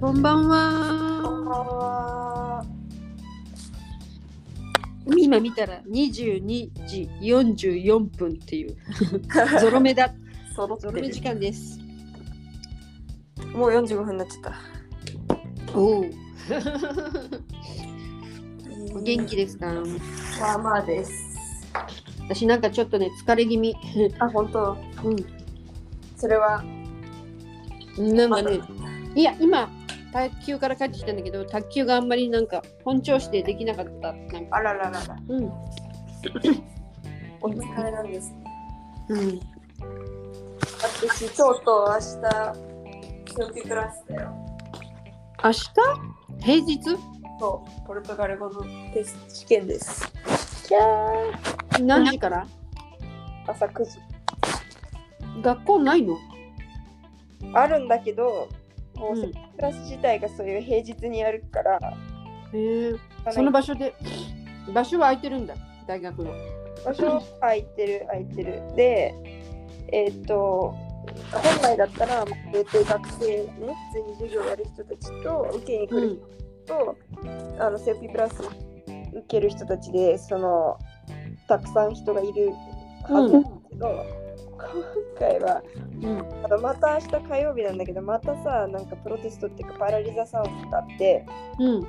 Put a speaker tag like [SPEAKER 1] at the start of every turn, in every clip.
[SPEAKER 1] こんばんは。
[SPEAKER 2] あ
[SPEAKER 1] 今見たら22時44分って いうゾロ目だ
[SPEAKER 2] ー揃
[SPEAKER 1] ゾ
[SPEAKER 2] っ
[SPEAKER 1] ロ
[SPEAKER 2] て
[SPEAKER 1] 目時
[SPEAKER 2] る。
[SPEAKER 1] 間です。
[SPEAKER 2] もう45分になっちゃった。
[SPEAKER 1] おお。お 元気ですか。
[SPEAKER 2] まあまあです。
[SPEAKER 1] 私なんかちょっとね疲れ気味。
[SPEAKER 2] あ、本当。
[SPEAKER 1] う
[SPEAKER 2] それは。
[SPEAKER 1] ん。なんか
[SPEAKER 2] ま
[SPEAKER 1] ね
[SPEAKER 2] だ
[SPEAKER 1] いや今卓球から帰ってきたんだけど卓球があんまりなんか本調子でできなかったなんか。
[SPEAKER 2] あらららら。
[SPEAKER 1] うん。
[SPEAKER 2] お疲れなんです、ね。
[SPEAKER 1] うん。
[SPEAKER 2] 私、とうとう明日、教育クラスだよ。
[SPEAKER 1] 明日平日
[SPEAKER 2] そう、ポルトガル語のテスト試験です。
[SPEAKER 1] 何時から
[SPEAKER 2] 朝9時。
[SPEAKER 1] 学校ないの
[SPEAKER 2] あるんだけど、もう
[SPEAKER 1] うん
[SPEAKER 2] 教育クラス自体がそういう平日にやるから、
[SPEAKER 1] へえ。その場所で場所は空いてるんだ大学の。
[SPEAKER 2] 場所空いてる空いてるでえーっと本来だったらえーっと学生ね普通に授業やる人たちと受けに来
[SPEAKER 1] う
[SPEAKER 2] る
[SPEAKER 1] ん。
[SPEAKER 2] 人と、あのセルフィープラス受ける人たちでそのたくさん人がいるはずなんだけど、今回は
[SPEAKER 1] うん。
[SPEAKER 2] あのまた明日火曜日なんだけどまたさなんかプロテストっていうかパラリザサウンがあって
[SPEAKER 1] うん。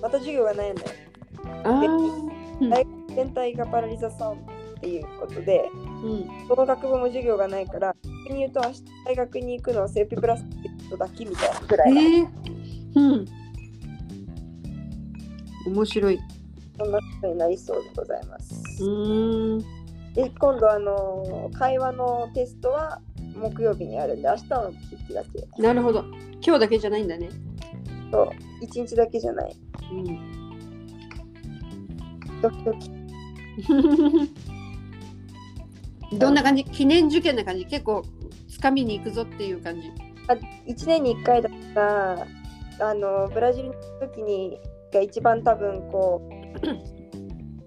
[SPEAKER 2] また授業がないんだよ
[SPEAKER 1] ああ。
[SPEAKER 2] 全体がパラリザサウンっていうことで
[SPEAKER 1] うん。
[SPEAKER 2] この学部も授業がないから、逆に言うと明日大学に行くのはセーピプラステットだけみたいなくらいな、
[SPEAKER 1] ええうん。面白い。
[SPEAKER 2] そんなことになりそうでございます。
[SPEAKER 1] うん。
[SPEAKER 2] で、今度、あのー会話のテストは木曜日にあるんで、明日は筆記だけ。
[SPEAKER 1] なるほど。今日だけじゃないんだね。
[SPEAKER 2] そう、一日だけじゃない。
[SPEAKER 1] うん。
[SPEAKER 2] ドキドキ。
[SPEAKER 1] どんな感じ記念受験な感じ結構つかみに行くぞっていう感じ。
[SPEAKER 2] あ1年に1回だった、あのーブラジルの時にが一番多分こう、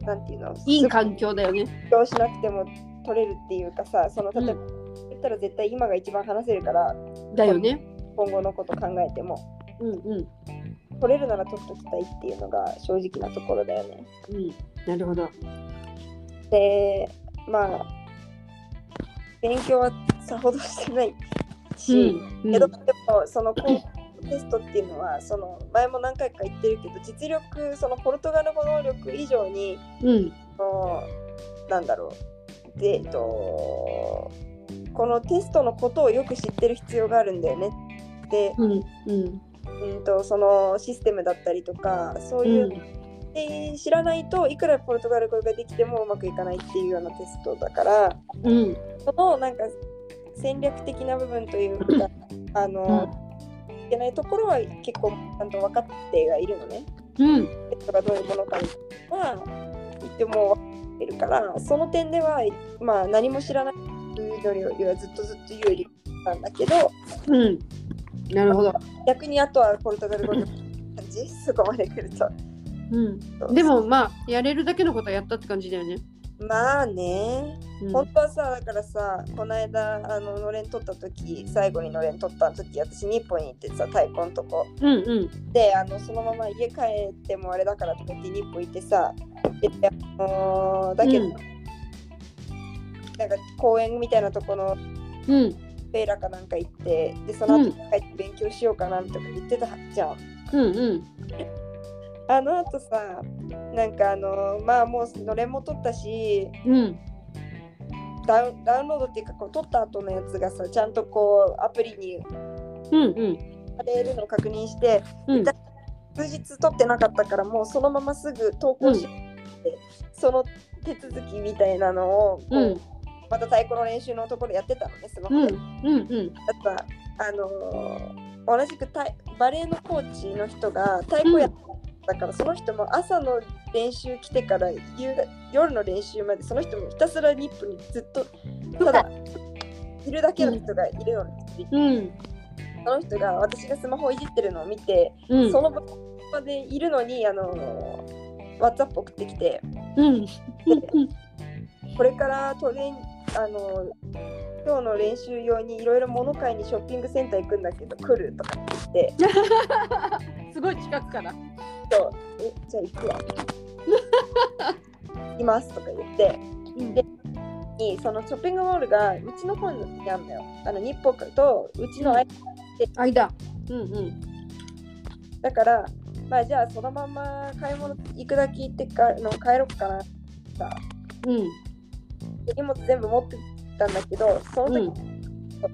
[SPEAKER 2] なんていうの、
[SPEAKER 1] いい環境だよね。
[SPEAKER 2] どうしなくても取れるっていうかさその
[SPEAKER 1] うん
[SPEAKER 2] 例えば、言ったら絶対今が一番話せるから
[SPEAKER 1] だよね。
[SPEAKER 2] 今後のこと考えても
[SPEAKER 1] うんうん。
[SPEAKER 2] 取れるなら取っときたいっていうのが正直なところだよね
[SPEAKER 1] うん。なるほど。
[SPEAKER 2] でまあ勉強はさほどしてないし、
[SPEAKER 1] うん。
[SPEAKER 2] けどでもそのこうテストっていうのはその前も何回か言ってるけど実力そのポルトガル語能力以上に
[SPEAKER 1] うん。
[SPEAKER 2] のなんだろうでえっとこのテストのことをよく知ってる必要があるんだよねで、
[SPEAKER 1] うん。うん。
[SPEAKER 2] うん、とそのシステムだったりとかそういう、で知らないといくらポルトガル語ができてもうまくいかないっていうようなテストだから
[SPEAKER 1] うん。
[SPEAKER 2] そのなんか戦略的な部分というかあの、いけないところは結構ちゃんと分かってはいるのね。
[SPEAKER 1] うん。
[SPEAKER 2] ペットがどういうものかは言っても分かってるからその点では、まあ、何も知らないというよりはずっとずっと有利なんだけど
[SPEAKER 1] うん。なるほど。
[SPEAKER 2] 逆にあとはポルトガル語の感じ そこまで来ると。
[SPEAKER 1] うん。でもまあやれるだけのことはやったって感じだよね。
[SPEAKER 2] まあね、
[SPEAKER 1] うん。
[SPEAKER 2] 本当はさだからさこの間あののれん取った時最後にのれん取った時私日本に行ってさ太鼓のとこ
[SPEAKER 1] うんうん。
[SPEAKER 2] であのそのまま家帰ってもあれだからとか言って日本行ってさであのーだけど、
[SPEAKER 1] うん
[SPEAKER 2] なんか公園みたいなとこ
[SPEAKER 1] う
[SPEAKER 2] の
[SPEAKER 1] ん。
[SPEAKER 2] フェーラかなんか行ってでその
[SPEAKER 1] う
[SPEAKER 2] 後
[SPEAKER 1] ん
[SPEAKER 2] 帰って勉強しようかなとか言ってたじゃん、
[SPEAKER 1] うんうん。
[SPEAKER 2] あの後さなんかあのーまあもうのれんも取ったし
[SPEAKER 1] うん。
[SPEAKER 2] ダウンダウンロードっていうかこう取った後のやつがさちゃんとこうアプリに
[SPEAKER 1] うんうん。
[SPEAKER 2] 貼れるのを確認して
[SPEAKER 1] うん。
[SPEAKER 2] 数日取ってなかったからもうそのまますぐ投稿しようって、その手続きみたいなのをこう、
[SPEAKER 1] うん。
[SPEAKER 2] また太鼓の練習のところやってたのねスマ
[SPEAKER 1] う
[SPEAKER 2] ホ
[SPEAKER 1] ん
[SPEAKER 2] で。。
[SPEAKER 1] うん。うん。
[SPEAKER 2] やっぱあのー同じくたバレエのコーチの人が太鼓やったから、その人も朝の練習来てから夕が夜の練習までその人もひたすら日本にずっとただいるだけの人がいるのに、
[SPEAKER 1] うん。
[SPEAKER 2] その人が私がスマホをいじってるのを見て、
[SPEAKER 1] うん。
[SPEAKER 2] その場でいるのにあのー WhatsApp 送ってきて
[SPEAKER 1] うん。
[SPEAKER 2] これからトレーニあのー今日の練習用にいろいろ物買いにショッピングセンター行くんだけど来るとかって言って
[SPEAKER 1] すごい近くから。
[SPEAKER 2] そうえじゃあ行 くわ行きますとか言って
[SPEAKER 1] うん
[SPEAKER 2] でにそのショッピングモールがうちの方にあるのよあの日本とうちの間
[SPEAKER 1] 間。うんうん。
[SPEAKER 2] だからまあじゃあそのまま買い物行くだけ行ってかの帰ろうかなさ
[SPEAKER 1] うん。
[SPEAKER 2] で荷物全部持ってたんだけどその時、
[SPEAKER 1] うん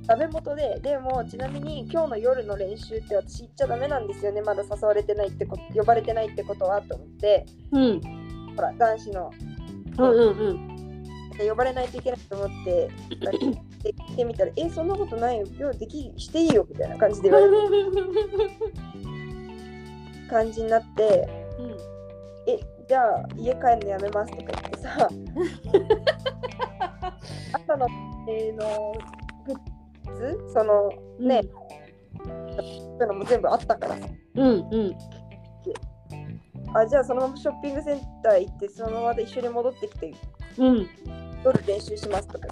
[SPEAKER 2] ダメ元ででもちなみに今日の夜の練習って私行っちゃダメなんですよねまだ誘われてないってこと呼ばれてないってことはと思って
[SPEAKER 1] うん。
[SPEAKER 2] ほら男子の
[SPEAKER 1] うんうんうん。
[SPEAKER 2] で呼ばれないといけないと思ってで聞いてみたら「えそんなことないよ今日できしていいよ」みたいな感じで言 われる感じになって
[SPEAKER 1] うん
[SPEAKER 2] 「えじゃあ家帰るのやめます」とか言っ てさ朝のえーのグッズそのね、そういうのも全部あったからさ
[SPEAKER 1] うんうん。
[SPEAKER 2] あじゃあそのままショッピングセンター行ってそのままで一緒に戻ってきて
[SPEAKER 1] うん。
[SPEAKER 2] 夜練習しますとか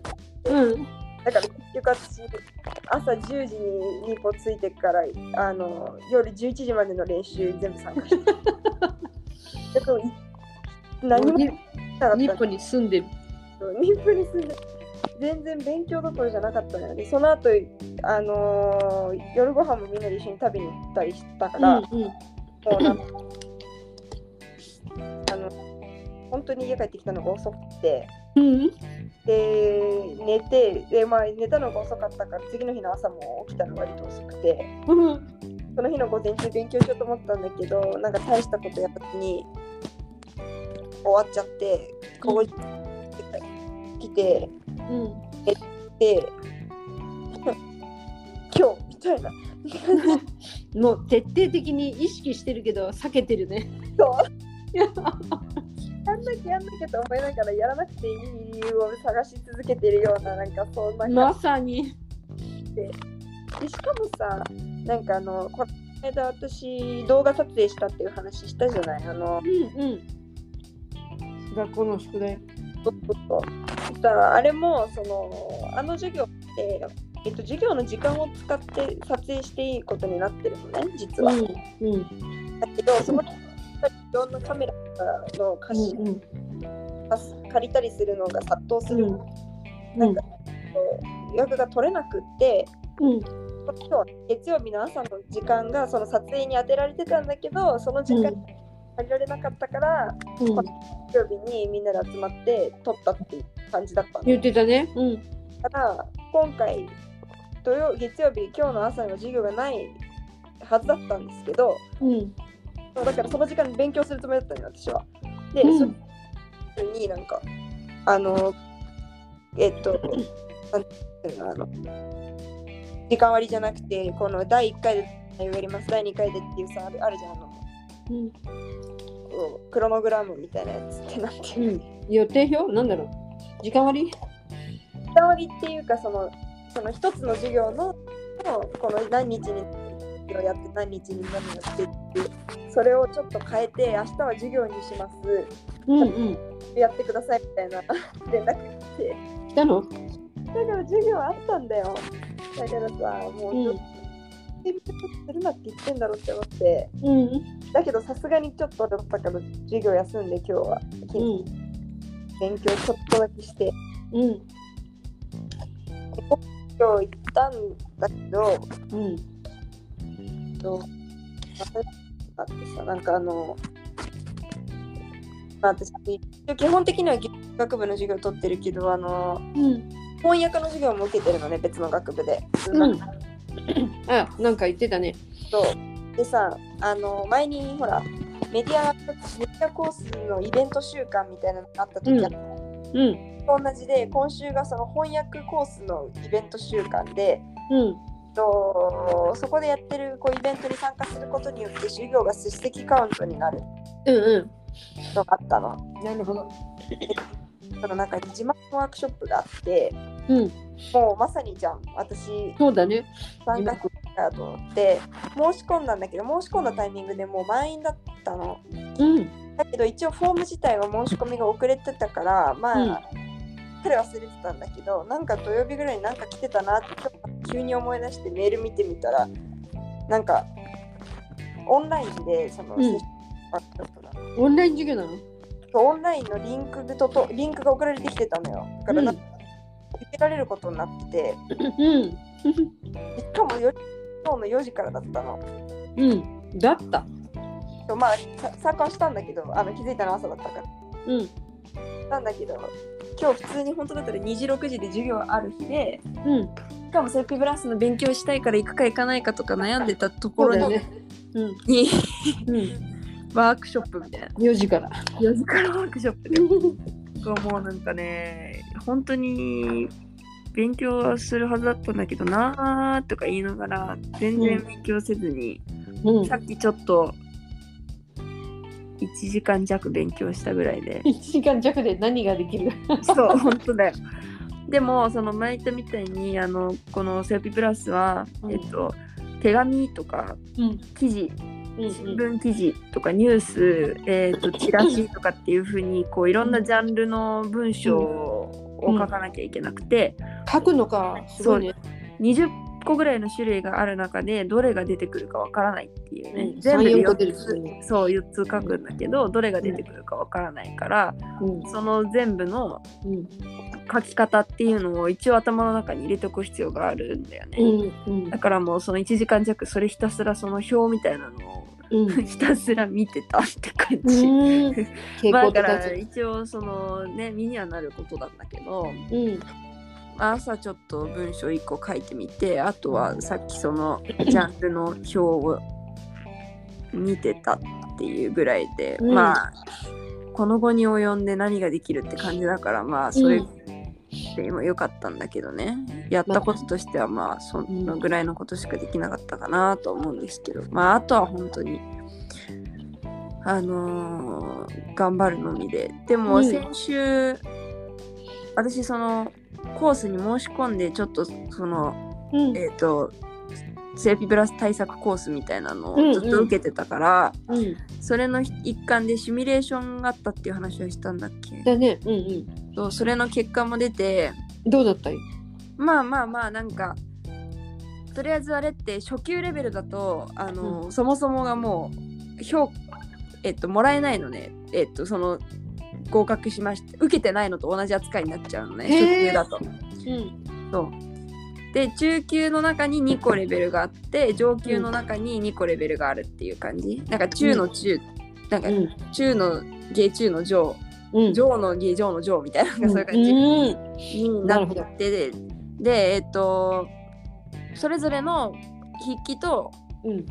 [SPEAKER 1] うん。
[SPEAKER 2] だから結局私朝10時にニポついてからあの夜11時までの練習全部参加してだからい何もしなかった
[SPEAKER 1] 日本に住んでる。
[SPEAKER 2] ニップに住んで全然勉強どころじゃなかったのよでその後あのー夜ご飯もみんなで一緒に食べに行ったりしたか
[SPEAKER 1] う
[SPEAKER 2] ら、
[SPEAKER 1] んうん。
[SPEAKER 2] もうなんかあの本当に家帰ってきたのが遅くて
[SPEAKER 1] うん。
[SPEAKER 2] で寝てで、まあ、寝たのが遅かったから次の日の朝も起きたのが割と遅くて
[SPEAKER 1] うん。
[SPEAKER 2] その日の午前中勉強しようと思ったんだけどなんか大したことやったに終わっちゃってこう来て
[SPEAKER 1] うん。
[SPEAKER 2] で 今日みたいな
[SPEAKER 1] もう徹底的に意識してるけど避けてるね。
[SPEAKER 2] やんなきゃやんなきゃと思いながらやらなくていい理由を探し続けてるようななんかそんな感じ
[SPEAKER 1] まさに。
[SPEAKER 2] でしかもさなんかあのこの間私動画撮影したっていう話したじゃないあの
[SPEAKER 1] うんうん。学校の宿題。
[SPEAKER 2] ちょっとそしたらあれもそのあの授業って、えっと、授業の時間を使って撮影していいことになってるのね実は、だ
[SPEAKER 1] んうん
[SPEAKER 2] けどそのやっぱりいろんなカメラの貸し、
[SPEAKER 1] うん
[SPEAKER 2] 貸す借りたりするのが殺到する、
[SPEAKER 1] うんう
[SPEAKER 2] なんんか、予約が取れなくって
[SPEAKER 1] うん
[SPEAKER 2] 今日月曜日の朝の時間がその撮影に当てられてたんだけどその時間借りられなかったから、
[SPEAKER 1] うん
[SPEAKER 2] 月曜日にみんなで集まって撮ったっていう感じだったの
[SPEAKER 1] 言ってたね。うん
[SPEAKER 2] だから今回土曜月曜日今日の朝の授業がないはずだったんですけど
[SPEAKER 1] うん
[SPEAKER 2] そうだからその時間に勉強するつもりだったのよ私は。で、
[SPEAKER 1] うん
[SPEAKER 2] その時になんかあのえっとなんていうのあの時間割じゃなくてこの第1回で内容やります第2回でっていうさあるあるじゃんあの
[SPEAKER 1] うん
[SPEAKER 2] こうクロノグラムみたいなやつってなんていう
[SPEAKER 1] う
[SPEAKER 2] の
[SPEAKER 1] ん。予定表なんだろう。時間割？
[SPEAKER 2] 時間割っていうかそのその一つの授業ののこの何日にやって何日に何をやってっていうそれをちょっと変えて明日は授業にします
[SPEAKER 1] うんうん。
[SPEAKER 2] やってくださいみたいな 連絡が来て
[SPEAKER 1] 来たの？
[SPEAKER 2] だから授業あったんだよだからさもうちょっと。するなって言ってんだろうって思って
[SPEAKER 1] うん
[SPEAKER 2] だけどさすがにちょっとだったから授業休んで今日は
[SPEAKER 1] う
[SPEAKER 2] 勉
[SPEAKER 1] ん
[SPEAKER 2] 強ちょっとだけして
[SPEAKER 1] うん
[SPEAKER 2] 今日行ったんだけど
[SPEAKER 1] うん。
[SPEAKER 2] と、あってさ、なんかあの、まあ、私、基本的には学部の授業を取ってるけど、あの、
[SPEAKER 1] うん。
[SPEAKER 2] 翻訳の授業も受けてるのね、別の学部で。
[SPEAKER 1] うんあなんか言ってたね。
[SPEAKER 2] そうでさ、あの、前にほら、メディア、メディアコースのイベント週間みたいなのがあった時
[SPEAKER 1] うん
[SPEAKER 2] は、
[SPEAKER 1] うん
[SPEAKER 2] と同じで、今週がその翻訳コースのイベント週間で、
[SPEAKER 1] うん
[SPEAKER 2] とそこでやってるこうイベントに参加することによって授業が出席カウントになる
[SPEAKER 1] うんう
[SPEAKER 2] のがあったの。
[SPEAKER 1] ん。なるほど。
[SPEAKER 2] そのなんか自慢のワークショップがあって
[SPEAKER 1] うん
[SPEAKER 2] もうまさにじゃん私
[SPEAKER 1] そうだね。
[SPEAKER 2] 参加したと思って申し込んだんだけど申し込んだタイミングでもう満員だったの
[SPEAKER 1] うん
[SPEAKER 2] だけど一応フォーム自体は申し込みが遅れてたからまあ、彼忘れてたんだけどなんか土曜日ぐらいになんか来てたなって今日急に思い出してメール見てみたらなんかオンラインでその、
[SPEAKER 1] うん
[SPEAKER 2] あちょっとだ
[SPEAKER 1] オンライン授業なの
[SPEAKER 2] オンラインのリンクでととリンクが送られてきてたのよだからなんか、受けられることになって
[SPEAKER 1] うん。
[SPEAKER 2] てしかもよ今日の4時からだったの
[SPEAKER 1] うん。だった。
[SPEAKER 2] そうまあさ参加はしたんだけどあの気づいたの朝だったから
[SPEAKER 1] うん。
[SPEAKER 2] なんだけど今日普通に本当だったら2時6時で授業ある日で
[SPEAKER 1] うん。
[SPEAKER 2] しかもセピブラスの勉強したいから行くか行かないかとか悩んでたとこ
[SPEAKER 1] そう
[SPEAKER 2] ろ
[SPEAKER 1] だ
[SPEAKER 2] に
[SPEAKER 1] よね。うん。うん。
[SPEAKER 2] ワークショップみたいな
[SPEAKER 1] 4時から。
[SPEAKER 2] 4時からワークショップで
[SPEAKER 1] う
[SPEAKER 2] もうなんかね本当に勉強はするはずだったんだけどなーとか言いながら全然勉強せずに、
[SPEAKER 1] ん。
[SPEAKER 2] さっきちょっと1時間弱勉強したぐらいで
[SPEAKER 1] 1時間弱で何ができる
[SPEAKER 2] そう本当だよでもその前言ったみたいにあのこのセオピプラスは、
[SPEAKER 1] うん
[SPEAKER 2] えっと手紙とか
[SPEAKER 1] うん。
[SPEAKER 2] 記事
[SPEAKER 1] うん
[SPEAKER 2] 新聞記事とかニュース、えー、とチラシとかっていうふうにこういろんなジャンルの文章を
[SPEAKER 1] うん
[SPEAKER 2] 書かなきゃいけなくて、
[SPEAKER 1] 書くのか。すごいね。
[SPEAKER 2] 20個ぐらいの種類がある中でどれが出てくるかわからないっていうね、
[SPEAKER 1] うん
[SPEAKER 2] 全部
[SPEAKER 1] 3 4個
[SPEAKER 2] 4
[SPEAKER 1] 出る
[SPEAKER 2] つ
[SPEAKER 1] んで
[SPEAKER 2] そう4つ書くんだけどどれが出てくるかわからないから
[SPEAKER 1] うん。
[SPEAKER 2] その全部の
[SPEAKER 1] うん。
[SPEAKER 2] 書き方っていうのを一応頭の中に入れておく必要があるんだよね。
[SPEAKER 1] うん。
[SPEAKER 2] だからもうその1時間弱それひたすらその表みたいなのを
[SPEAKER 1] うん。
[SPEAKER 2] ひたすら見てたって感
[SPEAKER 1] う
[SPEAKER 2] じ。
[SPEAKER 1] ん。傾
[SPEAKER 2] まあ
[SPEAKER 1] 向
[SPEAKER 2] だ
[SPEAKER 1] とか
[SPEAKER 2] か
[SPEAKER 1] らず。
[SPEAKER 2] 一応そのね身にはなることなんだけど
[SPEAKER 1] うん。
[SPEAKER 2] まあ朝ちょっと文章1個書いてみてあとはさっきそのジャンルの表を見てたっていうぐらいで、
[SPEAKER 1] うん
[SPEAKER 2] まあこの後に及んで何ができるって感じだからまあそういう。で今良かったんだけどねやったこととしてはまあそのぐらいのことしかできなかったかなと思うんですけどまああとは本当にあのー頑張るのみでで
[SPEAKER 1] う
[SPEAKER 2] も
[SPEAKER 1] ん
[SPEAKER 2] 先週、私そのコースに申し込んでちょっとその
[SPEAKER 1] うん。
[SPEAKER 2] えっ、とセーピブラス対策コースみたいなの
[SPEAKER 1] うんう
[SPEAKER 2] を
[SPEAKER 1] ん
[SPEAKER 2] ずっと受けてたから、
[SPEAKER 1] うん。
[SPEAKER 2] それの一環でシミュレーションがあったっていう話をしたんだっけ
[SPEAKER 1] だね。うんうん。
[SPEAKER 2] そうそれの結果も出て
[SPEAKER 1] どうだった
[SPEAKER 2] まあまあまあなんかとりあえずあれって初級レベルだとあの、そもそもがもう評えっともらえないのねえっとその合格しました受けてないのと同じ扱いになっちゃうのね初
[SPEAKER 1] へー
[SPEAKER 2] 級だと。
[SPEAKER 1] うん。
[SPEAKER 2] そうで中級の中に2個レベルがあって上級の中に2個レベルがあるっていう感じ、なんか中の中、なんか
[SPEAKER 1] うん。
[SPEAKER 2] 中の下中の上
[SPEAKER 1] うん。
[SPEAKER 2] 上の下上の上みたいななんかそういう感じ、
[SPEAKER 1] うん。
[SPEAKER 2] になってででえっとそれぞれの筆記と
[SPEAKER 1] うん。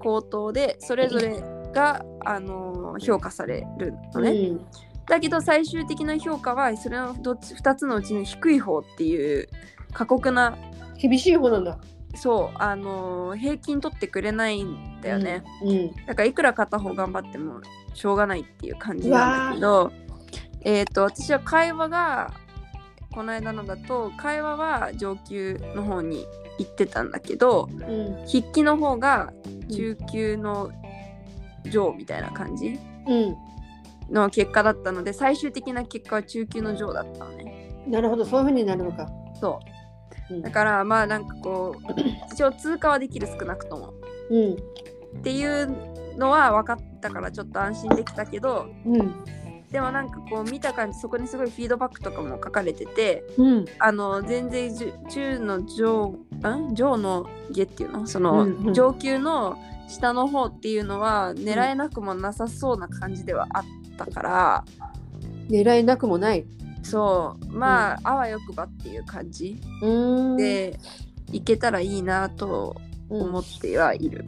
[SPEAKER 2] 口頭でそれぞれが、あの評価されるのね、
[SPEAKER 1] うん。
[SPEAKER 2] だけど最終的な評価はそれのどっち2つのうちの低い方っていう過酷な
[SPEAKER 1] 厳しい方なんだ。
[SPEAKER 2] そうあの平均取ってくれないんだよね、。
[SPEAKER 1] うん。
[SPEAKER 2] だからいくら片方頑張ってもしょうがないっていう感じなんだけどえっ、と私は会話がこの間のだと会話は上級の方に行ってたんだけど
[SPEAKER 1] うん。
[SPEAKER 2] 筆記の方が中級の上みたいな感じ
[SPEAKER 1] うん。
[SPEAKER 2] の結果だったので最終的な結果は中級の上だったのね。
[SPEAKER 1] なるほど、そういう風になるのか。
[SPEAKER 2] そう
[SPEAKER 1] うん
[SPEAKER 2] だからまあなんかこう一応通過はできる少なくとも
[SPEAKER 1] うん。
[SPEAKER 2] っていうのは分かったからちょっと安心できたけど
[SPEAKER 1] うん。
[SPEAKER 2] でもなんかこう見た感じそこにすごいフィードバックとかも書かれてて
[SPEAKER 1] うん。
[SPEAKER 2] あの全然じゅ中の上ん上の下っていうのその、
[SPEAKER 1] うんうん
[SPEAKER 2] 上級の下の方っていうのは狙えなくもなさそうな感じではあったから、
[SPEAKER 1] 狙いなくもない。
[SPEAKER 2] そうまあ、あわよくばっていう感じ
[SPEAKER 1] うーん。
[SPEAKER 2] で、いけたらいいなと
[SPEAKER 1] うん
[SPEAKER 2] 思ってはいる。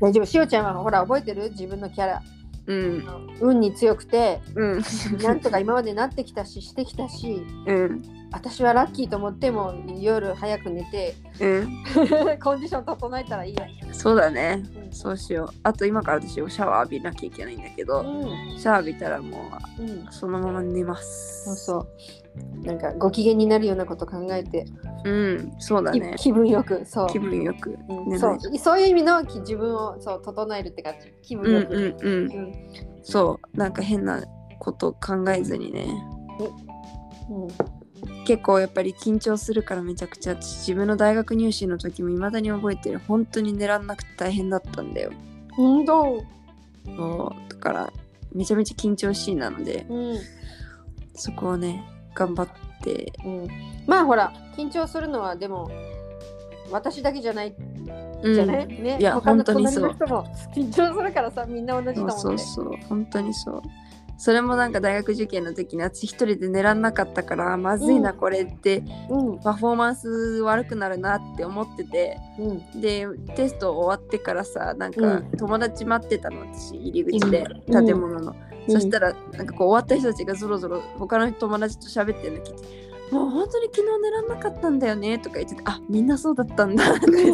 [SPEAKER 1] 大丈夫、しおちゃんはほら、覚えてる自分のキャラ。
[SPEAKER 2] うん、
[SPEAKER 1] 運に強く て、
[SPEAKER 2] うん、
[SPEAKER 1] なんとか今までなってきたし、してきたし、
[SPEAKER 2] うん、
[SPEAKER 1] 私はラッキーと思っても夜早く寝て、
[SPEAKER 2] うん、
[SPEAKER 1] コンディション整えたらいいや。
[SPEAKER 2] そうだね。
[SPEAKER 1] うん
[SPEAKER 2] そうしよう。あと今から私おシャワー浴びなきゃいけないんだけど、
[SPEAKER 1] うん。
[SPEAKER 2] シャワー浴びたらも
[SPEAKER 1] うん。
[SPEAKER 2] うそのまま寝ます。
[SPEAKER 1] そうそう。なんかご機嫌になるようなこと考えて、
[SPEAKER 2] うん、そうだ
[SPEAKER 1] き
[SPEAKER 2] ね。
[SPEAKER 1] 気分よく、そう。
[SPEAKER 2] 気分よく。
[SPEAKER 1] うんそうそういう意味のき自分をそう整えるって感じ気
[SPEAKER 2] う
[SPEAKER 1] 分
[SPEAKER 2] ん
[SPEAKER 1] よ
[SPEAKER 2] う
[SPEAKER 1] く、
[SPEAKER 2] んうん。
[SPEAKER 1] うん
[SPEAKER 2] そう、なんか変なこと考えずにね。
[SPEAKER 1] うん
[SPEAKER 2] 結構やっぱり緊張するからめちゃくちゃ自分の大学入試の時も未だに覚えてる本当に狙んなくて大変だったんだよ
[SPEAKER 1] 本当
[SPEAKER 2] そうだからめちゃめちゃ緊張しいなので
[SPEAKER 1] うん
[SPEAKER 2] そこをね頑張って
[SPEAKER 1] うんまあほら緊張するのはでも私だけじゃないじゃない、
[SPEAKER 2] うん
[SPEAKER 1] ね
[SPEAKER 2] いや
[SPEAKER 1] 他の
[SPEAKER 2] 本当にそう
[SPEAKER 1] 隣の人も緊張するからさみんな同じだ
[SPEAKER 2] そ
[SPEAKER 1] もん
[SPEAKER 2] う
[SPEAKER 1] ね
[SPEAKER 2] そうそう本当にそうそれもなんか大学受験の時に私一人で狙んなかったからまずいな
[SPEAKER 1] うん
[SPEAKER 2] これって
[SPEAKER 1] うん
[SPEAKER 2] パフォーマンス悪くなるなって思ってて
[SPEAKER 1] うん
[SPEAKER 2] でテスト終わってからさなん
[SPEAKER 1] う
[SPEAKER 2] か友達待ってたの私入り口で
[SPEAKER 1] うん
[SPEAKER 2] 建物の、そしたらなんかこう終わった人たちがぞろぞろ他の友達と喋ってるの聞いて「もう本当に昨日狙んなかったんだよね」とか言ってて「あみんなそうだったん だ」ってそれ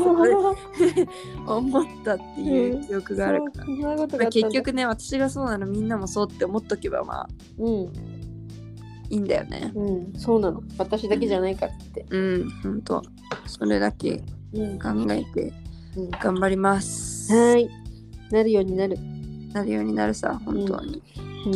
[SPEAKER 2] 思ったっていう記憶があるから。
[SPEAKER 1] そうそんなことがあったんだ
[SPEAKER 2] 結局ね私がそうなのみんなもそうって思っとけばまあ
[SPEAKER 1] うん
[SPEAKER 2] いいんだよね
[SPEAKER 1] うん、そうなの。私だけじゃないからって。
[SPEAKER 2] うんほんとそれだけ
[SPEAKER 1] うん
[SPEAKER 2] 考えて
[SPEAKER 1] うんは
[SPEAKER 2] 頑張ります
[SPEAKER 1] ーい。なるようになる。
[SPEAKER 2] なるようになるさ本当に、
[SPEAKER 1] うん。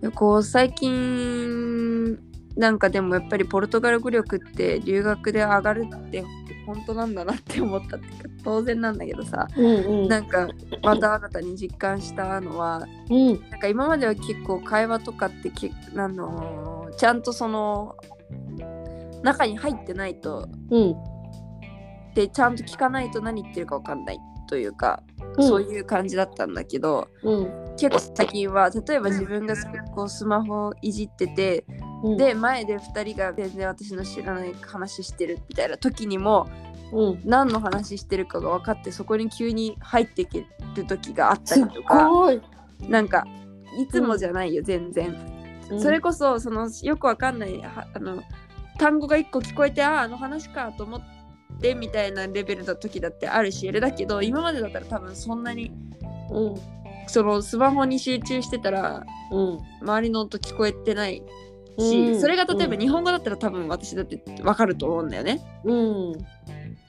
[SPEAKER 2] でこう最近なんかでもやっぱりポルトガル語力って留学で上がるって本当なんだなって思ったっていうか当然なんだけどさ
[SPEAKER 1] うんうん。
[SPEAKER 2] なんかまた新たに実感したのは
[SPEAKER 1] うん。
[SPEAKER 2] なんか今までは結構会話とかってけあのーちゃんとその中に入ってないと
[SPEAKER 1] うん。
[SPEAKER 2] でちゃんと聞かないと何言ってるか分かんないというか、
[SPEAKER 1] うん
[SPEAKER 2] そういう感じだったんだけど
[SPEAKER 1] うん。
[SPEAKER 2] 結構最近は例えば自分がこうスマホいじってて、
[SPEAKER 1] うん、
[SPEAKER 2] で前で2人が全然私の知らない話してるみたいな時にも
[SPEAKER 1] うん。
[SPEAKER 2] 何の話してるかが分かってそこに急に入っていける時があった
[SPEAKER 1] す
[SPEAKER 2] り
[SPEAKER 1] っ
[SPEAKER 2] とか
[SPEAKER 1] ごい。
[SPEAKER 2] なんかいつもじゃないよ、全然。それこそそのよくわかんないはあの単語が1個聞こえてあああの話かと思ってみたいなレベルの時だってあるしあれだけど今までだったら多分そんなに
[SPEAKER 1] うん。
[SPEAKER 2] そのスマホに集中してたら
[SPEAKER 1] うん。
[SPEAKER 2] 周りの音聞こえてないし、
[SPEAKER 1] うん
[SPEAKER 2] それが例えば
[SPEAKER 1] うん
[SPEAKER 2] 日本語だったら多分私だってわかると思うんだよね。
[SPEAKER 1] うん。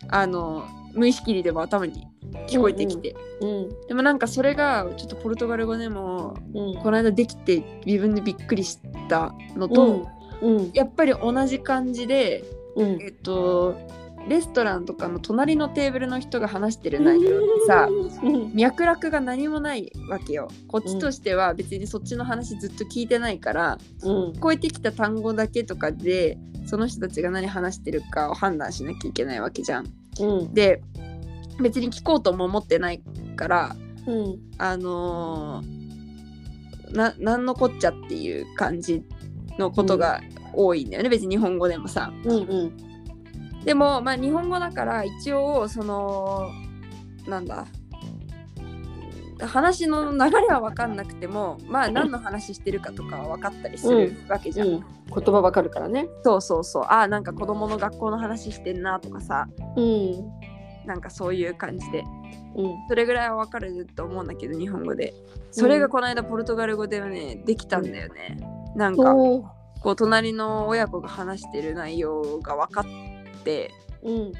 [SPEAKER 2] あの無意識にでも頭に聞こえてきて、
[SPEAKER 1] うん。
[SPEAKER 2] でもなんかそれがちょっとポルトガル語でも
[SPEAKER 1] うん。
[SPEAKER 2] この間できて自分でびっくりしたのと、
[SPEAKER 1] うん。
[SPEAKER 2] やっぱり同じ感じで、
[SPEAKER 1] うん。
[SPEAKER 2] えっと、レストランとかの隣のテーブルの人が話してる内容ってさ
[SPEAKER 1] うん。
[SPEAKER 2] 脈絡が何もないわけよこっちとしては別にそっちの話ずっと聞いてないから、
[SPEAKER 1] うん。
[SPEAKER 2] 聞こえてきた単語だけとかでその人たちが何話してるかを判断しなきゃいけないわけじゃん。
[SPEAKER 1] うん。
[SPEAKER 2] で別に聞こうとも思ってないから
[SPEAKER 1] うん。
[SPEAKER 2] あのーななんのこっちゃっていう感じのことが多いんだよね、別に日本語でもさ。
[SPEAKER 1] うん。
[SPEAKER 2] でもまあ日本語だから一応そのなんだ話の流れは分かんなくてもまあ何の話してるかとかは分かったりするわけじ
[SPEAKER 1] う
[SPEAKER 2] ゃん、
[SPEAKER 1] ん。言葉わかるからね。
[SPEAKER 2] そうそうそうああなんか子供の学校の話してんなとかさ
[SPEAKER 1] うん。
[SPEAKER 2] なんかそういう感じで
[SPEAKER 1] うん。
[SPEAKER 2] それぐらいは分かると思うんだけど日本語でそれがこの間ポルトガル語ではねできたんだよねなんか
[SPEAKER 1] おー
[SPEAKER 2] こう隣の親子が話してる内容が分かって
[SPEAKER 1] うん。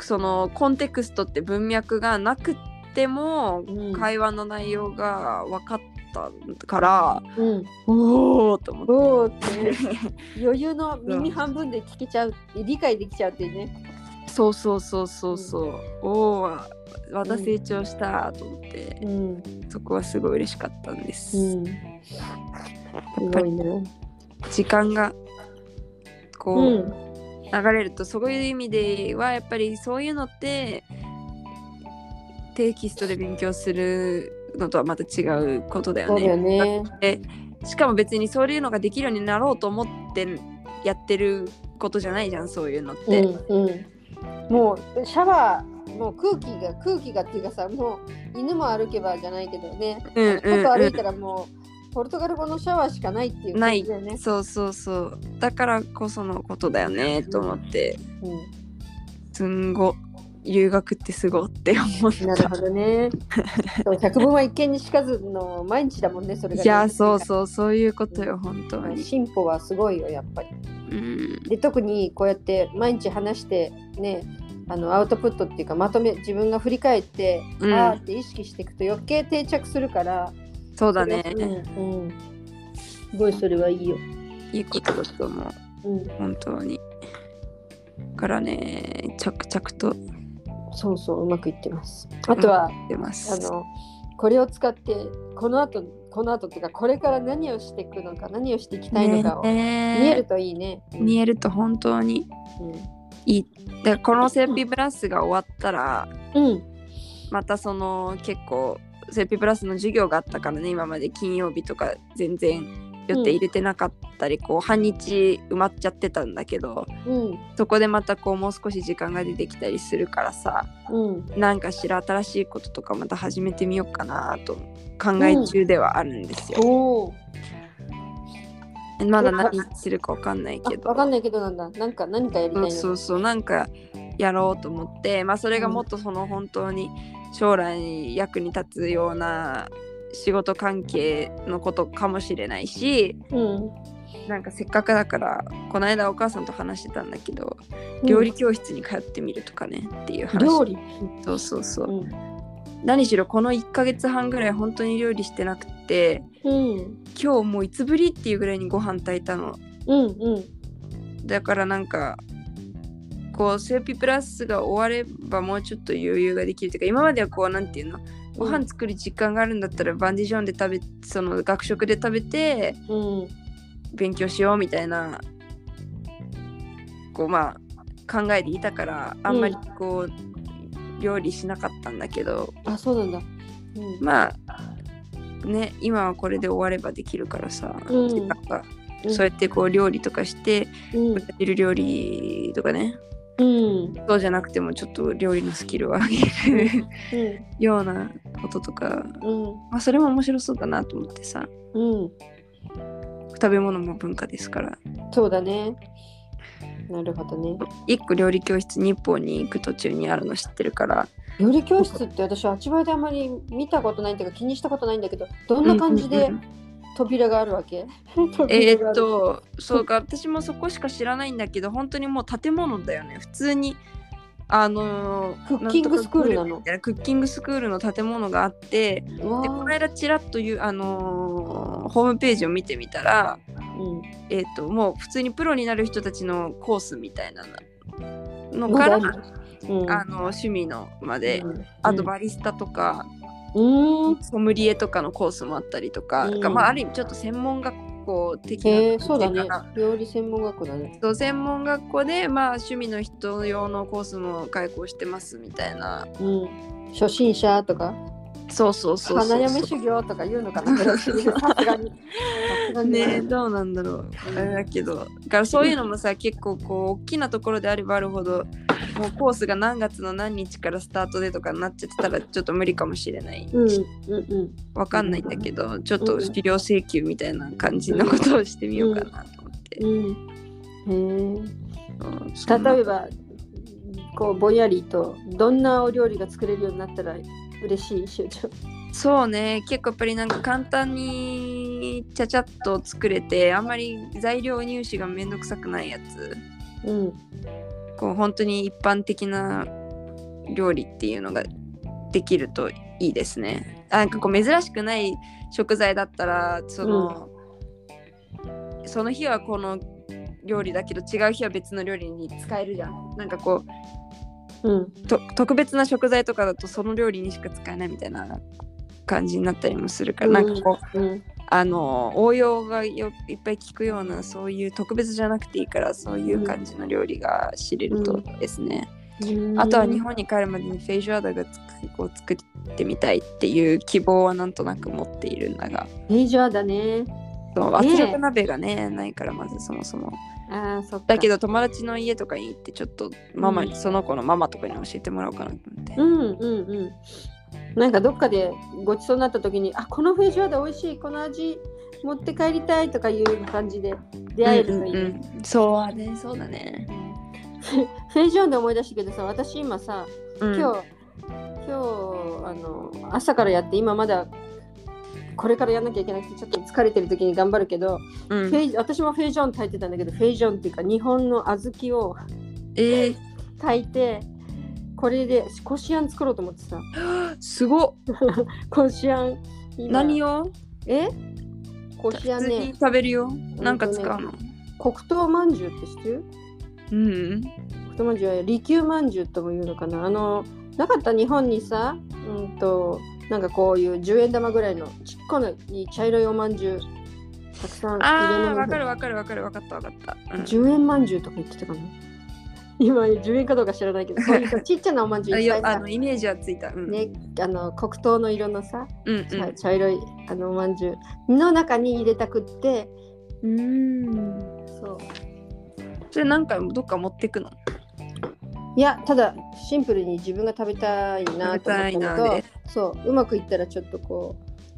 [SPEAKER 2] そのコンテクストって文脈がなくても
[SPEAKER 1] うん。
[SPEAKER 2] 会話の内容が分かったから、
[SPEAKER 1] うん。
[SPEAKER 2] おおと思って
[SPEAKER 1] おおってね余裕の耳半分で聞けちゃう理解できちゃうっていうね
[SPEAKER 2] そうそうそうそうそう、おおはまた成長したと思って、
[SPEAKER 1] うん
[SPEAKER 2] そこはすごい嬉しかったんです、や
[SPEAKER 1] す
[SPEAKER 2] っぱ
[SPEAKER 1] ご
[SPEAKER 2] り
[SPEAKER 1] いな
[SPEAKER 2] 時間がこ
[SPEAKER 1] う
[SPEAKER 2] う、
[SPEAKER 1] ん
[SPEAKER 2] 流れるとそういう意味ではやっぱりそういうのってテキストで勉強するのとはまた違うことだよ
[SPEAKER 1] そう
[SPEAKER 2] ね。
[SPEAKER 1] だよね
[SPEAKER 2] でしかも別にそういうのができるようになろうと思ってやってることじゃないじゃんそういうのっ
[SPEAKER 1] う
[SPEAKER 2] て、
[SPEAKER 1] んうんもうシャワーもう空気が空気がっていうかさもう犬も歩けばじゃないけどね
[SPEAKER 2] うんうんうん
[SPEAKER 1] 外歩いたらもうポルトガル語のシャワーしかないっていう感じだよね
[SPEAKER 2] そうそうそうだからこそのことだよねと思って
[SPEAKER 1] う
[SPEAKER 2] すんご留学ってすごって思っ
[SPEAKER 1] んなる
[SPEAKER 2] た
[SPEAKER 1] ほどねそう百聞は一見にしかずの毎日だもんねそれがね
[SPEAKER 2] いやそうそうそういうことよ本当に、
[SPEAKER 1] 進歩はすごいよやっぱり
[SPEAKER 2] うん、
[SPEAKER 1] で特にこうやって毎日話してねあのアウトプットっていうかまとめ自分が振り返って、
[SPEAKER 2] うん
[SPEAKER 1] ああって意識していくと余計定着するから
[SPEAKER 2] そうだね
[SPEAKER 1] それはうんうんすごいそれはいいよ、
[SPEAKER 2] いいことだと思う
[SPEAKER 1] ううん、
[SPEAKER 2] 本当に。だからね、着々と
[SPEAKER 1] そうそううまくいってますあとは、
[SPEAKER 2] 出ま
[SPEAKER 1] あ
[SPEAKER 2] す。
[SPEAKER 1] のこれを使ってこの後この後っていうかこれから何をしていくのか何をしていきたいのかを見える
[SPEAKER 2] ね
[SPEAKER 1] といいね、
[SPEAKER 2] え見えると本当にいい。だからこのセーピープラスが終わったら、
[SPEAKER 1] うん、うん
[SPEAKER 2] またその結構セーピープラスの授業があったからね、今まで金曜日とか全然予定入れてなかったり、こう半日埋まっちゃってたんだけど、
[SPEAKER 1] うん
[SPEAKER 2] そこでまたこうもう少し時間が出てきたりするからさ、
[SPEAKER 1] うん
[SPEAKER 2] なんかしら新しいこととかまた始めてみようかなと考え中ではあるんですよ。
[SPEAKER 1] おお
[SPEAKER 2] まだ何するかわかんないけど。
[SPEAKER 1] わかんないけどなんだなんか何かやりたい
[SPEAKER 2] そ
[SPEAKER 1] な
[SPEAKER 2] うそうそうなんかやろうと思って、まあ、それがもっとその本当に将来役に立つような仕事関係のことかもしれないし
[SPEAKER 1] うん
[SPEAKER 2] なんかせっかくだからこの間お母さんと話してたんだけど料理教室に通ってみるとかねっていう
[SPEAKER 1] うん
[SPEAKER 2] 話
[SPEAKER 1] 料理
[SPEAKER 2] そうそうそううん何しろこの1ヶ月半ぐらい本当に料理してなくて
[SPEAKER 1] うん
[SPEAKER 2] 今日もういつぶりっていうぐらいにご飯炊いたの
[SPEAKER 1] うんうん
[SPEAKER 2] だからなんかこうセーピープラスが終わればもうちょっと余裕ができるというか今まではこうなんていうのご飯作る時間があるんだったらバンディジョンで食べその学食で食べて
[SPEAKER 1] うん
[SPEAKER 2] 勉強しようみたいなこうまあ考えていたからあんまりこう、料理しなかったんだけど
[SPEAKER 1] あそうなんだうん
[SPEAKER 2] まあね今はこれで終わればできるからさ、
[SPEAKER 1] うん
[SPEAKER 2] なん
[SPEAKER 1] う
[SPEAKER 2] か
[SPEAKER 1] ん
[SPEAKER 2] そうやってこう料理とかして
[SPEAKER 1] うん
[SPEAKER 2] ブラジル料理とかね
[SPEAKER 1] うん
[SPEAKER 2] そうじゃなくてもちょっと料理のスキルを上げる
[SPEAKER 1] うん
[SPEAKER 2] ようなこととか、
[SPEAKER 1] うん
[SPEAKER 2] まあ、それも面白そうだなと思ってさ
[SPEAKER 1] うん
[SPEAKER 2] 食べ物も文化ですから
[SPEAKER 1] そうだねなるほどね
[SPEAKER 2] 一個料理教室日本に行く途中にあるの知ってるから
[SPEAKER 1] 料理教室って私あちばであまり見たことないっていうか気にしたことないんだけどどんな感じ
[SPEAKER 2] う
[SPEAKER 1] で
[SPEAKER 2] んうんうん
[SPEAKER 1] 扉があるわけ
[SPEAKER 2] え
[SPEAKER 1] 扉が
[SPEAKER 2] ー
[SPEAKER 1] あ
[SPEAKER 2] っ
[SPEAKER 1] る
[SPEAKER 2] とそうか私もそこしか知らないんだけど本当にもう建物だよね普通にあの
[SPEAKER 1] クッキングスクールなの
[SPEAKER 2] んとかグルメみたいなクッキングスクールの建物があって
[SPEAKER 1] うわ
[SPEAKER 2] でこの間ちらっという、あのーホームページを見てみたら、
[SPEAKER 1] ーうん
[SPEAKER 2] えー、ともう普通にプロになる人たちのコースみたいなの
[SPEAKER 1] ま
[SPEAKER 2] か
[SPEAKER 1] だ
[SPEAKER 2] ら、
[SPEAKER 1] あるうん
[SPEAKER 2] あの趣味のまで、
[SPEAKER 1] うん
[SPEAKER 2] あとバリスタとか、
[SPEAKER 1] うん
[SPEAKER 2] ソムリエとかのコースもあったりとか、
[SPEAKER 1] うん
[SPEAKER 2] がまあ、ある意味ちょっと専門学校的な
[SPEAKER 1] へえそうだ
[SPEAKER 2] 感じ
[SPEAKER 1] ね
[SPEAKER 2] かな
[SPEAKER 1] 料理専門学校だね
[SPEAKER 2] そう専門学校で、まあ、趣味の人用のコースも開講してますみたいな
[SPEAKER 1] うん初心者とか
[SPEAKER 2] そうそうそうそう
[SPEAKER 1] 花嫁修行とか言うのか なさすがにさすがに
[SPEAKER 2] ねどうなんだろうあれだけどだからそういうのもさ結構こう大きなところであればあるほどもうコースが何月の何日からスタートでとかになっちゃってたらちょっと無理かもしれない、
[SPEAKER 1] うんうんうん
[SPEAKER 2] わかんないんだけどちょっと資料請求みたいな感じのことをしてみようかなと思って、
[SPEAKER 1] うんへえ
[SPEAKER 2] うんそんな
[SPEAKER 1] 例えばこうぼんやりとどんなお料理が作れるようになったら嬉しいしゅうちゃん
[SPEAKER 2] そうね結構やっぱりなんか簡単にちゃちゃっと作れてあんまり材料入手がめんどくさくないやつ
[SPEAKER 1] うん
[SPEAKER 2] こう本当に一般的な料理っていうのができるといいですね。あなんかこう珍しくない食材だったらその、その日はこの料理だけど違う日は別の料理に使えるじゃん。なんかこ
[SPEAKER 1] うん
[SPEAKER 2] うと特別な食材とかだとその料理にしか使えないみたいな感じになったりもするから、
[SPEAKER 1] うん
[SPEAKER 2] なんかこう
[SPEAKER 1] うん
[SPEAKER 2] あの応用がよいっぱい効くようなそういう特別じゃなくていいからそういう感じの料理が知れるとですね。あとは日本に帰るまでにフェイジュアダがつくを作ってみたいっていう希望はなんとなく持っているんだが
[SPEAKER 1] メジャーだね
[SPEAKER 2] そう
[SPEAKER 1] ねえ
[SPEAKER 2] 圧力鍋がねないからまずそもそも
[SPEAKER 1] あーそっか
[SPEAKER 2] だけど友達の家とかに行ってちょっとママに、その子のママとかに教えてもらおうかなと思って、
[SPEAKER 1] うんうんうんなんかどっかでごちそうになった時にあこのフェイジュアダ美味しいこの味持って帰りたいとかいう感じで出会えるといいね、
[SPEAKER 2] うんうんうんそうだねそうだね
[SPEAKER 1] フェイジュアダ思い出したけどさ私今さ今
[SPEAKER 2] 今
[SPEAKER 1] 日、今日あの朝からやって今まだこれからやんなきゃいけなくてちょっと疲れてる時に頑張るけど、
[SPEAKER 2] うん
[SPEAKER 1] フェイジ私もフェイジョン炊いてたんだけどフェイジョンっていうか日本の小豆を
[SPEAKER 2] え
[SPEAKER 1] 炊いてこれでこしあん作ろうと思ってさ
[SPEAKER 2] ー、すごっ
[SPEAKER 1] こしあん
[SPEAKER 2] 何
[SPEAKER 1] を
[SPEAKER 2] を
[SPEAKER 1] えこしあ
[SPEAKER 2] 普
[SPEAKER 1] ん
[SPEAKER 2] 通に
[SPEAKER 1] ね
[SPEAKER 2] 食べるよ、
[SPEAKER 1] ね
[SPEAKER 2] なんか使うの
[SPEAKER 1] 黒糖まんじゅうって知ってる
[SPEAKER 2] うん。
[SPEAKER 1] 黒糖まんじゅうは利休まんじゅうとも言うのかなあのなかった日本にさうんとなんかこういう10円玉ぐらいのちっこない茶色いおまんじゅうたくさん
[SPEAKER 2] ああ、わ
[SPEAKER 1] わ
[SPEAKER 2] かるわかるわかるわかったわかった。うん
[SPEAKER 1] 10円まんじゅうとか言ってたかな今10円かどうか知らない けどそういうさちっちゃなおまんじゅ
[SPEAKER 2] あ
[SPEAKER 1] う
[SPEAKER 2] い
[SPEAKER 1] いっぱい
[SPEAKER 2] やあ
[SPEAKER 1] さ
[SPEAKER 2] のイメージはついた。うん。
[SPEAKER 1] ね、あの黒糖の色のさ、
[SPEAKER 2] うん
[SPEAKER 1] 茶茶色いあのおまんじゅうの中に入れたくって
[SPEAKER 2] うん。うん。
[SPEAKER 1] そう
[SPEAKER 2] それ何回もどっか持ってくの。
[SPEAKER 1] いやただシンプルに自分が食べたいなと思った
[SPEAKER 2] 食べたい
[SPEAKER 1] の
[SPEAKER 2] な
[SPEAKER 1] と
[SPEAKER 2] で
[SPEAKER 1] そううまくいったらちょっとこ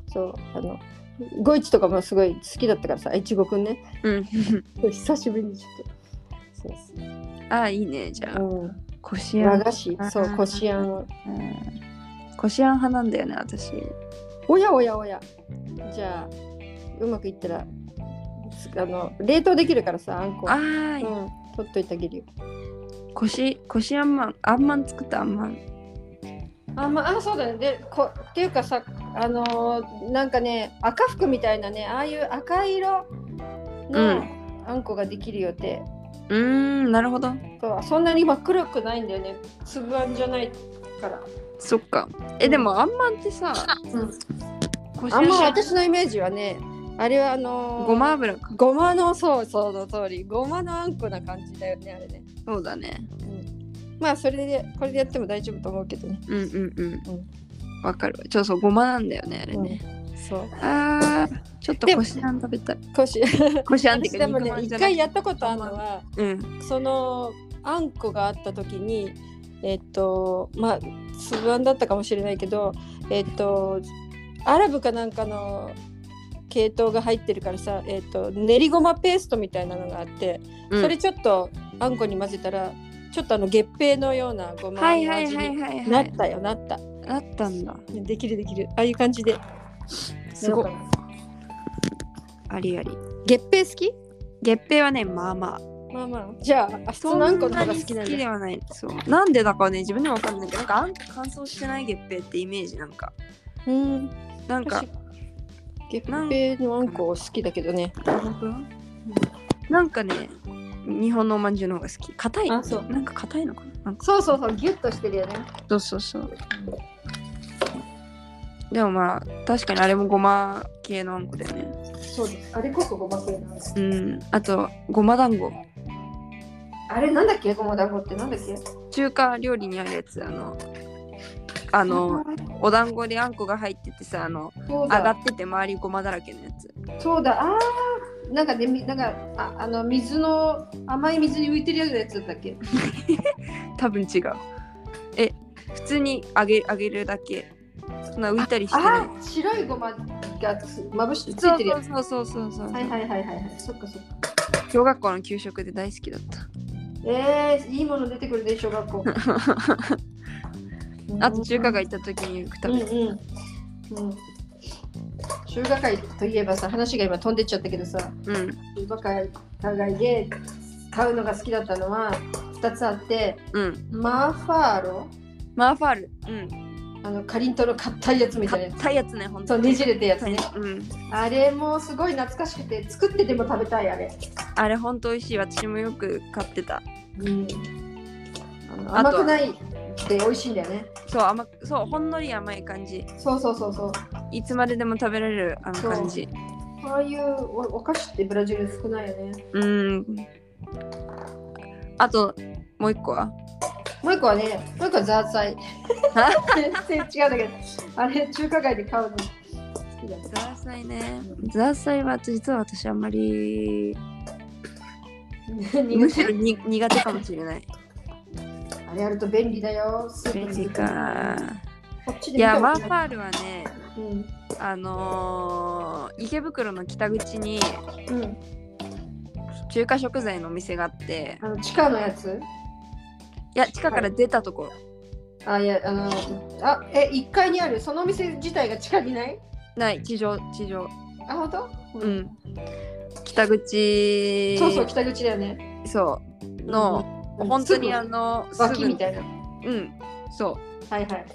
[SPEAKER 1] うそうあのゴイチとかもすごい好きだったからさあいちごくんね
[SPEAKER 2] うん。
[SPEAKER 1] 久しぶりにちょっとそうそ
[SPEAKER 2] ああ、いいね。じゃあ、
[SPEAKER 1] う、
[SPEAKER 2] こ
[SPEAKER 1] う
[SPEAKER 2] し
[SPEAKER 1] ん、
[SPEAKER 2] あ
[SPEAKER 1] 和
[SPEAKER 2] ん。
[SPEAKER 1] 菓子そうこしあんを
[SPEAKER 2] うんこしあん派なんだよね、私。
[SPEAKER 1] おやおやおやじゃあうまくいったらつあの冷凍できるからさあんこ
[SPEAKER 2] あ
[SPEAKER 1] う
[SPEAKER 2] あ、
[SPEAKER 1] ん、取っといてあげるよ
[SPEAKER 2] こし、こしあんまん、あんまん作ったあんまん。
[SPEAKER 1] あまあ、そうだねでこっていうかさあのーなんかね赤服みたいなねああいう赤い色
[SPEAKER 2] う
[SPEAKER 1] のあんこができる予定、
[SPEAKER 2] うーん、なるほど。
[SPEAKER 1] そうそんなに今黒くないんだよね粒あんじゃないから、
[SPEAKER 2] そっか。え、でもあんまんってさ、こし
[SPEAKER 1] あんま
[SPEAKER 2] あん、
[SPEAKER 1] 私のイメージはねあれはあのー
[SPEAKER 2] ごま油か。
[SPEAKER 1] ごまのそうそうの通りごまのあんこな感じだよねあれね
[SPEAKER 2] そうだね。
[SPEAKER 1] まあそれでこれでやっても大丈夫と思うけどね
[SPEAKER 2] うんうんうん。わかる。ちょそう、ごまなんだよね、あれね。
[SPEAKER 1] そう
[SPEAKER 2] ああ、ちょっと
[SPEAKER 1] でも
[SPEAKER 2] こしあん食べたい。
[SPEAKER 1] こし
[SPEAKER 2] こしあんって
[SPEAKER 1] 私
[SPEAKER 2] いうか
[SPEAKER 1] でも
[SPEAKER 2] 肉
[SPEAKER 1] ね
[SPEAKER 2] まんじ
[SPEAKER 1] 一
[SPEAKER 2] ゃな
[SPEAKER 1] 回
[SPEAKER 2] い。
[SPEAKER 1] やったことあるのは
[SPEAKER 2] うん。
[SPEAKER 1] そのあんこがあった時にえっとまあ粒あんだったかもしれないけどえっとアラブかなんかの系統が入ってるからさ、えっと練りごまペーストみたいなのがあって、
[SPEAKER 2] うん
[SPEAKER 1] それちょっとあんこに混ぜたらちょっとあの月餅のようなごま
[SPEAKER 2] は
[SPEAKER 1] の
[SPEAKER 2] いはい
[SPEAKER 1] 味
[SPEAKER 2] はい
[SPEAKER 1] に
[SPEAKER 2] はいは
[SPEAKER 1] ないっ。たよなった
[SPEAKER 2] あったんだ。
[SPEAKER 1] できるできるああいう感じです
[SPEAKER 2] ごい
[SPEAKER 1] なんか
[SPEAKER 2] ありあり。
[SPEAKER 1] 月餅好き
[SPEAKER 2] 月餅はね、まあまあ。
[SPEAKER 1] まあまあじゃああ普通のあんこの方が好き
[SPEAKER 2] そん
[SPEAKER 1] な
[SPEAKER 2] なんに好き
[SPEAKER 1] だ
[SPEAKER 2] ではない。そう。なんでだかはね、自分でもわかんないけど、なんかあんこ乾燥してない月餅ってイメージなんか。
[SPEAKER 1] うん
[SPEAKER 2] なんか、
[SPEAKER 1] 月餅のあんこ好きだけどね
[SPEAKER 2] なんかね、日本のおまんじゅうの方が好き。硬い。
[SPEAKER 1] あそう
[SPEAKER 2] なんか硬いのかななんか
[SPEAKER 1] そうそうそうギュッとしてるよね
[SPEAKER 2] そうそうそう。でもまあ、確かにあれもごま系のあんこだよね。
[SPEAKER 1] そうですあれこそごま系なんです
[SPEAKER 2] うん。あと、ごま団子。
[SPEAKER 1] あれなんだっけごま団子ってなんだっけ
[SPEAKER 2] 中華料理にあるやつ、あの、あの、お団子であんこが入っててさ、あの、
[SPEAKER 1] そう
[SPEAKER 2] 上が
[SPEAKER 1] だ
[SPEAKER 2] ってて周りごまだらけのやつ。
[SPEAKER 1] そうだあーなんかねみなんかああの水の甘い水に浮いてるようなやつだったっけ
[SPEAKER 2] 多分違う。え、普通に揚げ揚げるだけ。そんな浮いたりしてない
[SPEAKER 1] あ。ー白いごまがつまぶしてつ
[SPEAKER 2] そ
[SPEAKER 1] いうてるやつ
[SPEAKER 2] そうそうそうそうそう。
[SPEAKER 1] はいはいはいはいはいそっかそっか
[SPEAKER 2] 小学校の給食で大好きだった。
[SPEAKER 1] えー、いいもの出てくるで小学校
[SPEAKER 2] あと中華街行った時によく食べてた。
[SPEAKER 1] うんうんうん、中華街といえばさ話が今飛んでっちゃったけどさ
[SPEAKER 2] うん。
[SPEAKER 1] 中華街で買うのが好きだったのは2つあって
[SPEAKER 2] うん。
[SPEAKER 1] マーファーロ
[SPEAKER 2] マーファール。うん。
[SPEAKER 1] あのかりんとうの硬いやつみたいなやつ
[SPEAKER 2] 硬いやつね、ほんと
[SPEAKER 1] そうねじれてるやつね
[SPEAKER 2] うん。
[SPEAKER 1] あれもすごい懐かしくて作ってでも食べたいあれ、
[SPEAKER 2] あれほんと美味しい。私もよく買ってた。
[SPEAKER 1] うん、あの
[SPEAKER 2] あ
[SPEAKER 1] 甘
[SPEAKER 2] とは
[SPEAKER 1] くないで美味しいんだよね
[SPEAKER 2] そう、甘くそう、ほんのり甘い感じ。
[SPEAKER 1] そうそうそうそう
[SPEAKER 2] いつまででも食べられるあの
[SPEAKER 1] そう
[SPEAKER 2] 感じ。
[SPEAKER 1] こういうおお菓子ってブラジル少ないよね
[SPEAKER 2] うん。あと、もう一個は
[SPEAKER 1] もう一個はね、もう一個はザーサイ。全然違うんだけど、あれ中華街で買うの好きだね。
[SPEAKER 2] ザーサイね。ザーサイは実は私あんまり、む
[SPEAKER 1] 苦
[SPEAKER 2] し
[SPEAKER 1] 手
[SPEAKER 2] ろに苦手かもしれない。
[SPEAKER 1] あれやると便利だよ。スープ
[SPEAKER 2] 便
[SPEAKER 1] に
[SPEAKER 2] 利か。
[SPEAKER 1] こっち
[SPEAKER 2] い
[SPEAKER 1] で見
[SPEAKER 2] や、
[SPEAKER 1] た
[SPEAKER 2] マ
[SPEAKER 1] こ
[SPEAKER 2] ー
[SPEAKER 1] と
[SPEAKER 2] フ
[SPEAKER 1] ない。
[SPEAKER 2] ァールはね、あのー池袋の北口に
[SPEAKER 1] うん。うん。
[SPEAKER 2] 中華食材のお店があって
[SPEAKER 1] あの地下のやつ。
[SPEAKER 2] いや地下から出たとこ、
[SPEAKER 1] あ、いや、あの、あ、え、一階にある、そのお店自体が地下にない。
[SPEAKER 2] ない地上地上
[SPEAKER 1] あ、本当。
[SPEAKER 2] うん北口
[SPEAKER 1] そうそう、北口だよね。
[SPEAKER 2] そうの、
[SPEAKER 1] うん
[SPEAKER 2] 本当に
[SPEAKER 1] す
[SPEAKER 2] あの
[SPEAKER 1] ぐ脇みたいな。
[SPEAKER 2] すぐうんそう
[SPEAKER 1] はいはい。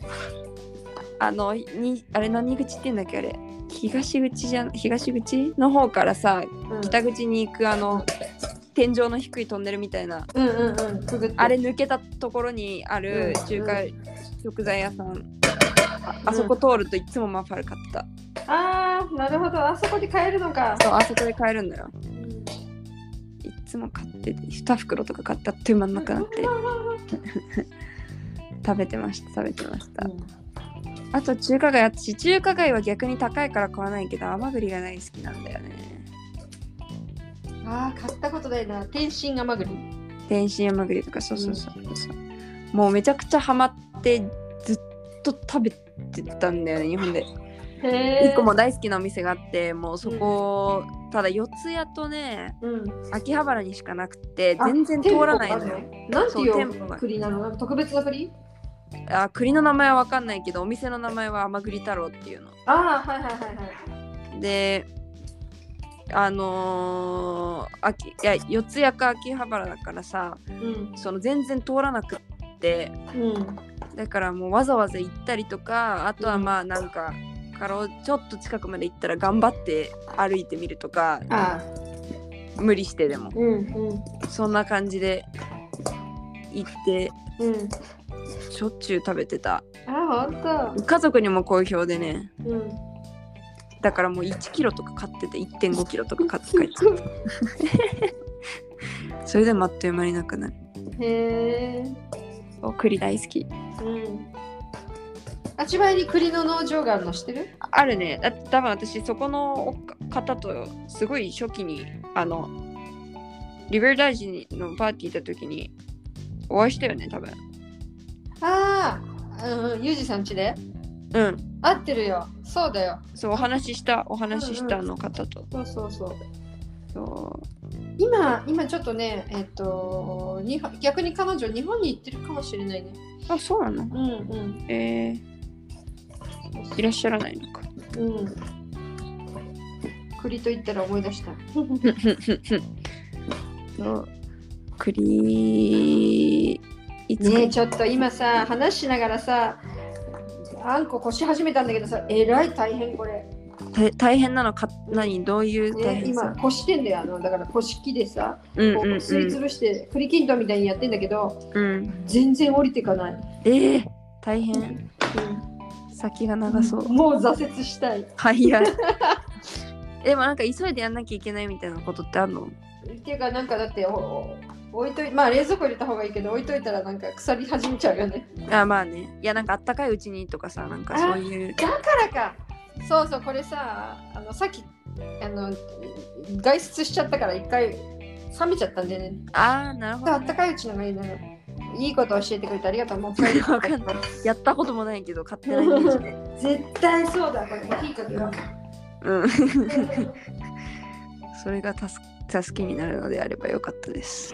[SPEAKER 2] あのにあれ何口って言うんだっけあれ東口じゃん東口の方からさ
[SPEAKER 1] うん
[SPEAKER 2] 北口に行くあの天井の低いトンネルみたいな
[SPEAKER 1] うんうんうんくぐって
[SPEAKER 2] あれ抜けたところにある
[SPEAKER 1] うん
[SPEAKER 2] 中華食材屋さんああそこ通るといつもマファル買ってた
[SPEAKER 1] あーなるほどあそこに買えるのか
[SPEAKER 2] そうあそこで買えるんだよいつも買ってて2袋とか買ってあっという間になくなって食べてました食べてましたあと中華街私中華街は逆に高いから買わないけど甘栗が大好きなんだよね
[SPEAKER 1] ああ買ったことないな天津甘栗
[SPEAKER 2] 天津甘栗とかそうそうそうそう、もうめちゃくちゃハマってずっと食べてたんだよね日本で
[SPEAKER 1] へえ
[SPEAKER 2] 1個も大好きなお店があってもうそこ、ただ四谷とね
[SPEAKER 1] うん
[SPEAKER 2] 秋葉原にしかなくて
[SPEAKER 1] あ
[SPEAKER 2] 全然通らないの
[SPEAKER 1] 店舗
[SPEAKER 2] よ。
[SPEAKER 1] があるなんてい
[SPEAKER 2] そう店舗
[SPEAKER 1] う
[SPEAKER 2] が
[SPEAKER 1] 栗なのなんか特別な栗
[SPEAKER 2] あ栗の名前は分かんないけどお店の名前は甘栗太郎っていうの
[SPEAKER 1] ああはいはいはいはい
[SPEAKER 2] であのー、秋いや四谷か秋葉原だからさ
[SPEAKER 1] うん
[SPEAKER 2] その全然通らなくって
[SPEAKER 1] うん
[SPEAKER 2] だからもうわざわざ行ったりとかあとはまあなんか、からちょっと近くまで行ったら頑張って歩いてみるとか
[SPEAKER 1] ああ
[SPEAKER 2] 無理してでも
[SPEAKER 1] うんうん
[SPEAKER 2] そんな感じで行って
[SPEAKER 1] うん
[SPEAKER 2] しょっちゅう食べてた
[SPEAKER 1] あ本
[SPEAKER 2] 家族にも好評でね
[SPEAKER 1] 当うん
[SPEAKER 2] だからもう1キロとか買ってて1 5キロとか買って帰 ってたそれでもあっという間になくなる
[SPEAKER 1] へえ
[SPEAKER 2] お栗大好き
[SPEAKER 1] うんあちばいに栗の農場があるの知ってる
[SPEAKER 2] あるねだって多分私そこのお方とすごい初期にあのリベル大臣のパーティー行った時にお会いしたよね多分
[SPEAKER 1] ああうんユージさん家で
[SPEAKER 2] うん
[SPEAKER 1] 合ってるよそうだよ
[SPEAKER 2] そうお話ししたお話ししたあの方と、
[SPEAKER 1] そうそうそう
[SPEAKER 2] そう
[SPEAKER 1] 今今ちょっとねえっ、と日本逆に彼女日本に行ってるかもしれないね
[SPEAKER 2] あそうなの
[SPEAKER 1] うんうん
[SPEAKER 2] えー、いらっしゃらないのか
[SPEAKER 1] うん栗と言ったら思い出した
[SPEAKER 2] そう栗いつか、
[SPEAKER 1] ねえちょっと今さ話しながらさあんここし始めたんだけどさえらい大変これ、
[SPEAKER 2] た大変なのか何どういう大
[SPEAKER 1] ね、
[SPEAKER 2] 変
[SPEAKER 1] 今
[SPEAKER 2] さ、
[SPEAKER 1] こしてんだよあのだからこし器でさ
[SPEAKER 2] うん
[SPEAKER 1] こ
[SPEAKER 2] うんう
[SPEAKER 1] うすりつ
[SPEAKER 2] ん、
[SPEAKER 1] ぶして栗きんとんみたいにやってんだけど
[SPEAKER 2] うん、
[SPEAKER 1] 全然降りていかない、
[SPEAKER 2] えー、大変先が長そう、
[SPEAKER 1] もう挫折したい
[SPEAKER 2] 早い でもなんか急いでやんなきゃいけないみたいなことってあるの
[SPEAKER 1] っていうかなんかだっておお置いといまあ冷蔵庫入れた方がいいけど置いといたらなんか腐り始めちゃうよね
[SPEAKER 2] あまあねいやなんかあったかいうちにとかさなんかそういう
[SPEAKER 1] だからかそうそうこれさあのさっきあの外出しちゃったから一回冷めちゃったんでね
[SPEAKER 2] ああなるほ
[SPEAKER 1] あ
[SPEAKER 2] ど
[SPEAKER 1] っ
[SPEAKER 2] ね、
[SPEAKER 1] たかいうちのがいいのよいいこと教えてくれてありがとうもう一回
[SPEAKER 2] わかんないやったこともないけど勝手なイメ ージで
[SPEAKER 1] 絶対そうだこれ火かけよう
[SPEAKER 2] うんそれが助助けになるのであればよかったです。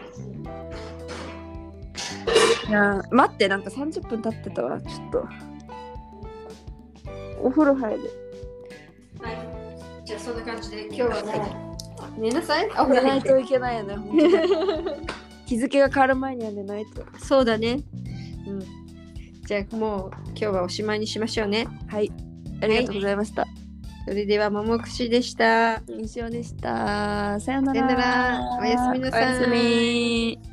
[SPEAKER 2] いやー待ってなんか30分経ってたわちょっと。お風呂入る。
[SPEAKER 1] はいじゃあそんな感じで今日はもう寝なさいあほ
[SPEAKER 2] 寝
[SPEAKER 1] ら
[SPEAKER 2] な
[SPEAKER 1] 入
[SPEAKER 2] い
[SPEAKER 1] っ
[SPEAKER 2] と
[SPEAKER 1] て
[SPEAKER 2] いけないよね。本当に 日付が変わる前には寝ないと。
[SPEAKER 1] そうだねうんじゃあもう今日はおしまいにしましょうね
[SPEAKER 2] はい。ありがとうございました。
[SPEAKER 1] それではももくしでした
[SPEAKER 2] 以上でした。さよな
[SPEAKER 1] さよならおやすみなさい
[SPEAKER 2] おやすみ。